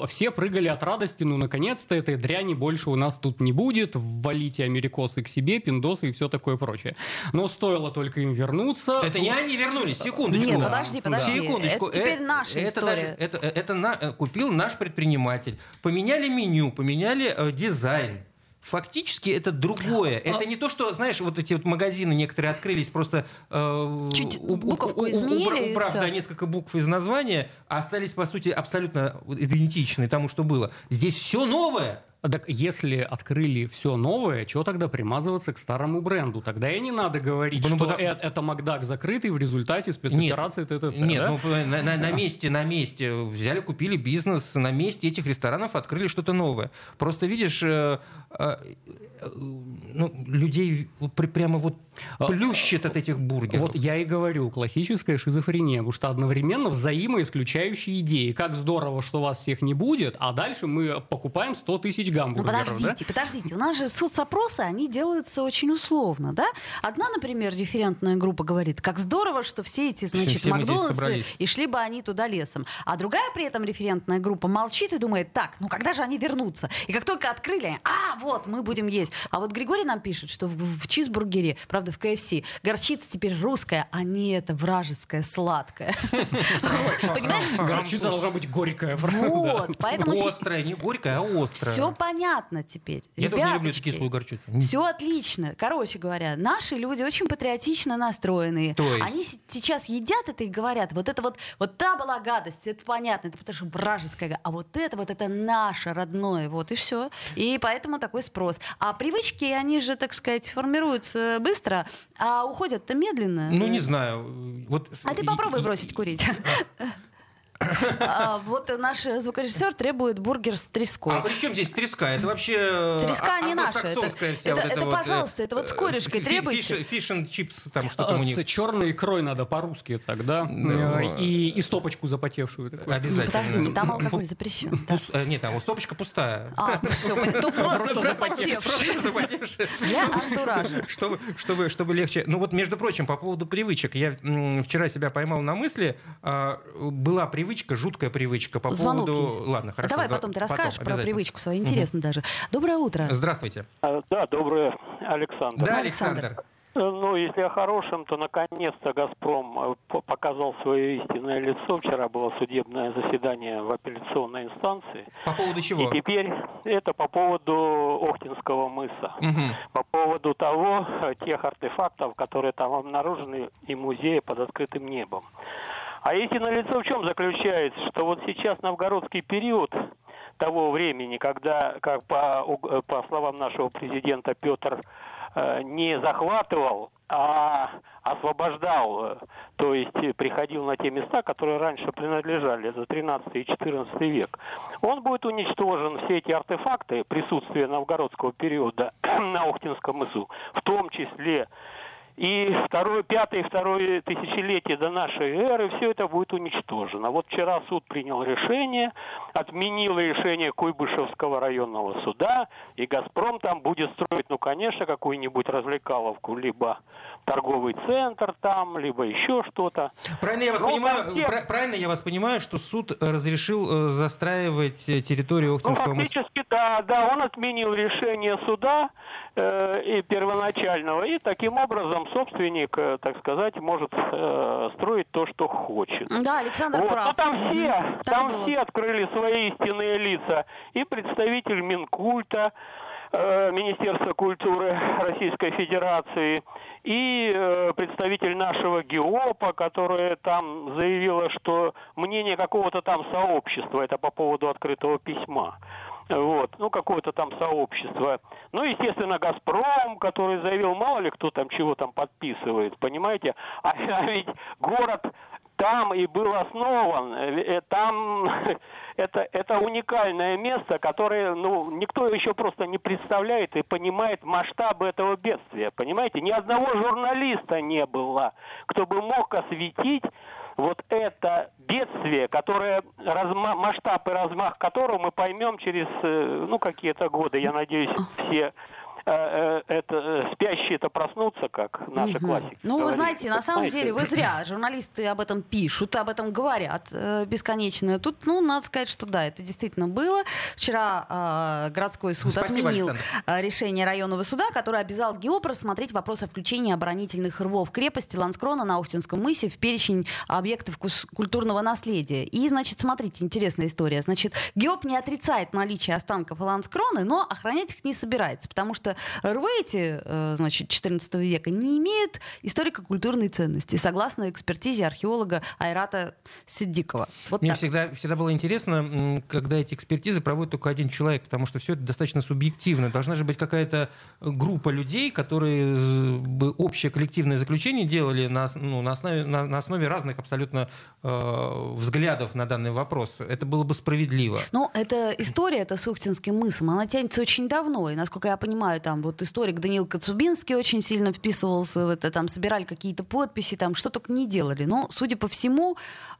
Speaker 3: э, э, все прыгали от радости, ну, наконец-то этой дряни больше у нас тут не будет, валите америкосы к себе, пиндосы и все такое прочее. Но стоило только им вернуться...
Speaker 2: Это не они вернулись, секундочку.
Speaker 1: Нет,
Speaker 3: Да.
Speaker 1: подожди, подожди.
Speaker 2: Секундочку.
Speaker 1: Это теперь
Speaker 2: Э,
Speaker 1: наша
Speaker 2: это
Speaker 1: история.
Speaker 2: даже- это это на- э, купил наш предприниматель. Поменяли меню, поменяли э, дизайн. Фактически это другое. Это не то, что, знаешь, вот эти вот магазины некоторые открылись просто... э,
Speaker 1: Чуть буковку изменили, и
Speaker 2: убрав,
Speaker 1: всё.
Speaker 2: да, несколько букв из названия, а остались, по сути, абсолютно идентичны тому, что было. Здесь все новое.
Speaker 3: Так если открыли все новое, чего тогда примазываться к старому бренду? Тогда и не надо говорить,
Speaker 2: Ну,
Speaker 3: что
Speaker 2: потому-
Speaker 3: э- это Макдак закрытый в результате спецоперации т.т.
Speaker 2: Нет,
Speaker 3: да?
Speaker 2: ну, на, на- на месте, на месте взяли, купили бизнес, на месте этих ресторанов открыли что-то новое. Просто видишь, э, э, э, ну, людей при- прямо вот плющит от этих бургеров.
Speaker 3: А, Вот я и говорю, классическая шизофрения, потому что одновременно взаимоисключающие идеи. Как здорово, что вас всех не будет, а дальше мы покупаем 100 тысяч
Speaker 1: Ну
Speaker 3: гамбургеров. да?
Speaker 1: подождите, подождите. У нас же соцопросы, они делаются очень условно, да? Одна, например, референтная группа говорит, как здорово, что все эти, значит,
Speaker 2: все мы здесь
Speaker 1: Макдональдсы,
Speaker 2: собрались.
Speaker 1: и шли бы они туда лесом. А другая при этом референтная группа молчит и думает, так, ну когда же они вернутся? И как только открыли, они, а, вот, мы будем есть. А вот Григорий нам пишет, что в, в чизбургере, правда, в КФС, горчица теперь русская, а не это вражеская сладкая. Вот, Понимаешь?
Speaker 3: Горчица должна быть горькая.
Speaker 1: Вот, поэтому
Speaker 2: Острое, не горькое, а острое.
Speaker 1: все понятно теперь.
Speaker 2: я тоже не люблю эту
Speaker 1: Ребяточки,
Speaker 2: кислую горчицу.
Speaker 1: все отлично. Короче говоря, наши люди очень патриотично настроенные.
Speaker 2: То есть?
Speaker 1: Они се- сейчас едят это и говорят, вот это вот, вот та была гадость, это понятно, это потому что вражеская, га- а вот это вот, это наше родное, вот и все. И поэтому такой спрос. А привычки, они же, так сказать, формируются быстро, а уходят-то медленно.
Speaker 2: Ну, не знаю. Вот,
Speaker 1: А ты попробуй бросить курить. А, Вот наш звукорежиссер требует бургер с треской.
Speaker 2: А при чем здесь треска? Это вообще...
Speaker 1: Треска
Speaker 2: а-
Speaker 1: не наша, это-
Speaker 2: англосаксонская вся
Speaker 1: это-
Speaker 2: вот эта
Speaker 1: это,
Speaker 2: вот, э,
Speaker 1: пожалуйста, это вот с корешкой
Speaker 2: э, фи-
Speaker 1: требуйте.
Speaker 2: фиш- Фиш and чипс там что-то у них.
Speaker 3: Э, С черной икрой надо по-русски тогда.
Speaker 2: Да.
Speaker 3: Э, И, и стопочку запотевшую. такую.
Speaker 1: Ну,
Speaker 2: Обязательно.
Speaker 1: подождите, там алкоголь запрещен. да.
Speaker 2: Пус- э, Нет, там стопочка пустая.
Speaker 1: А, все, просто запотевший.
Speaker 2: Запотевшая.
Speaker 1: Для антуража.
Speaker 2: чтобы, чтобы, чтобы легче. Ну вот, между прочим, по поводу привычек. Я м, вчера себя поймал на мысли. а, была привычка привычка, жуткая привычка по
Speaker 1: Звонок
Speaker 2: поводу...
Speaker 1: есть. А
Speaker 2: Ладно, хорошо.
Speaker 1: Давай
Speaker 2: да,
Speaker 1: потом ты расскажешь про
Speaker 2: обязательно.
Speaker 1: привычку свою, интересно даже. Доброе утро.
Speaker 2: Здравствуйте.
Speaker 8: А, Да, доброе, Александр.
Speaker 2: Да,
Speaker 1: Александр.
Speaker 2: Александр.
Speaker 8: Э, Ну, если о хорошем, то наконец-то «Газпром» э, по- показал свое истинное лицо. Вчера было судебное заседание в апелляционной инстанции.
Speaker 2: По поводу чего?
Speaker 8: И теперь это по поводу Охтинского мыса.
Speaker 2: Мгм.
Speaker 8: По поводу того, э, тех артефактов, которые там обнаружены, и музея под открытым небом. А истина лицо в чем заключается? Что вот сейчас новгородский период того времени, когда, как по, уг- э, по словам нашего президента, Петр э, не захватывал, а освобождал, э, то есть э, приходил на те места, которые раньше принадлежали за 13 и 14 век. Он будет уничтожен, все эти артефакты присутствия новгородского периода на Охтинском мысу, в том числе и второе, пятое, и второе тысячелетие до нашей эры все это будет уничтожено. Вот вчера суд принял решение, отменил решение Куйбышевского районного суда, и «Газпром» там будет строить, ну, конечно, какую-нибудь развлекаловку, либо торговый центр там, либо еще что-то.
Speaker 2: Правильно я вас
Speaker 8: Ну,
Speaker 2: понимаю,
Speaker 8: вообще-
Speaker 2: пра- правильно я вас понимаю, что суд э, разрешил э, застраивать э, территорию
Speaker 8: Ну,
Speaker 2: Охтинского моста.
Speaker 8: фактически, да, да, он отменил решение суда э, и первоначального, и таким образом собственник, э, так сказать, может э, строить то, что хочет.
Speaker 1: Да, Александр
Speaker 8: Вот,
Speaker 1: прав.
Speaker 8: ну там
Speaker 1: Мгм.
Speaker 8: все,
Speaker 1: Так
Speaker 8: там
Speaker 1: было.
Speaker 8: все открыли свои истинные лица. И представитель Минкульта, э, Министерства культуры Российской Федерации, и э, представитель нашего ГИОПа, которая там заявила, что мнение какого-то там сообщества, это по поводу открытого письма. Вот, ну, какое-то там сообщество. Ну, естественно, «Газпром», который заявил, мало ли кто там чего там подписывает, понимаете? А, а ведь город там и был основан, э, э, там это, это уникальное место, которое ну, никто еще просто не представляет и понимает масштабы этого бедствия, понимаете? Ни одного журналиста не было, кто бы мог осветить вот это бедствие, которое разма- масштаб и размах которого мы поймем через э, ну какие-то годы, я надеюсь, все э, э, это э, спящие это проснутся, как наши
Speaker 1: Мгм.
Speaker 8: классики.
Speaker 1: Ну, вы
Speaker 8: говорили.
Speaker 1: знаете, на самом
Speaker 8: Знаете,
Speaker 1: деле, вы зря. Журналисты об этом пишут, об этом говорят э, бесконечно. Тут, ну, надо сказать, что да, это действительно было. Вчера э, городской суд
Speaker 2: Спасибо,
Speaker 1: отменил
Speaker 2: Александр.
Speaker 1: э, решение районного суда, которое обязал ГИО просмотреть вопрос о включении оборонительных рвов крепости Ланскрона на Охтинском мысе в перечень объектов кус- культурного наследия. И, значит, смотрите, интересная история. Значит, ГИОП не отрицает наличие останков Ланскрона, но охранять их не собирается, потому что рвы эти, э, значит, 14 века не имеют историко-культурной ценности, согласно экспертизе археолога Айрата Сиддикова. Вот
Speaker 2: Мне
Speaker 1: так.
Speaker 2: всегда, всегда было интересно, м, когда эти экспертизы проводит только один человек, потому что все это достаточно субъективно. Должна же быть какая-то э, группа людей, которые э, бы общее коллективное заключение делали на, ос- ну, на, основе, на, на основе разных абсолютно э, взглядов на данный вопрос. Это было бы справедливо.
Speaker 1: Ну, эта история, это с Ухтинским мысом, она тянется очень давно. И, насколько я понимаю, там вот историк Даниил Коцубинский очень сильно вписывался в это, там собирали какие-то подписи, там что только не делали. Но, судя по всему,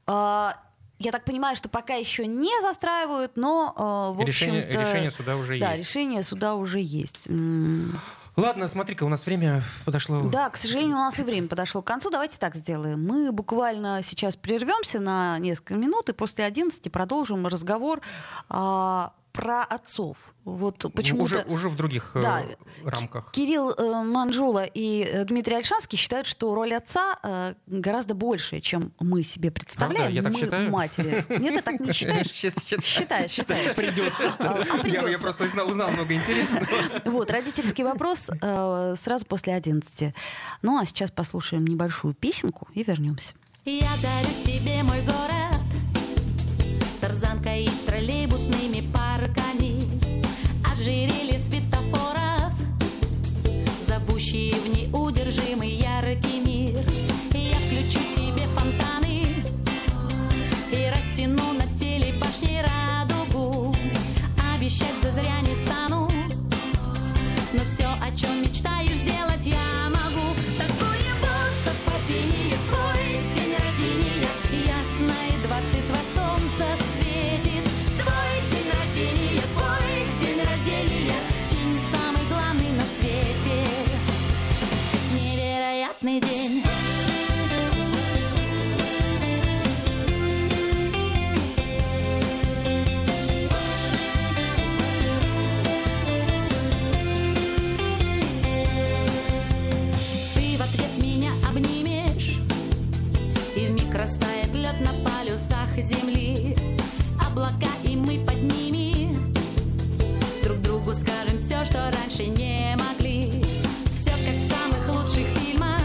Speaker 1: э, я так понимаю, что пока еще не застраивают, но, э, в
Speaker 2: Решение-
Speaker 1: общем-то...
Speaker 2: решение суда уже
Speaker 1: Да,
Speaker 2: есть.
Speaker 1: решение суда уже есть. М.
Speaker 2: Ладно, смотри-ка, у нас время подошло.
Speaker 1: Да, к сожалению, у нас и время подошло к концу. Давайте так сделаем. Мы буквально сейчас прервемся на несколько минут и после 11 продолжим разговор а, про отцов. Вот почему-то...
Speaker 2: уже, уже в других э,
Speaker 1: Да.
Speaker 2: рамках.
Speaker 1: Кирилл э, Манжула и э, Дмитрий Альшанский считают, что роль отца э, гораздо больше, чем мы себе представляем.
Speaker 2: Правда? Я так
Speaker 1: мы
Speaker 2: считаю?
Speaker 1: матери. Нет, ты так не считаешь?
Speaker 2: Счит- считаю.
Speaker 1: Считаешь, считаешь.
Speaker 2: Придется.
Speaker 1: А, ну,
Speaker 2: Я, я
Speaker 1: придется.
Speaker 2: просто узнал, узнал много интересного.
Speaker 1: Вот, родительский вопрос э, сразу после 11. Ну, а сейчас послушаем небольшую песенку и вернемся.
Speaker 6: Я дарю тебе мой город С тарзанкой и троллейбусными парками Ожерелье светофоров Зовущие в неудержимый яркий мир Я включу тебе фонтаны И растяну на теле башни радугу Обещать зазря не стану но все, о чем мечтаешь сделать, я могу Такое вот совпадение в Твой день рождения Ясное 22 солнце светит Твой день рождения, твой день рождения День самый главный на свете Невероятный день Растает лед на полюсах земли Облака и мы под ними Друг другу скажем все, что раньше не могли Все как в самых лучших фильмах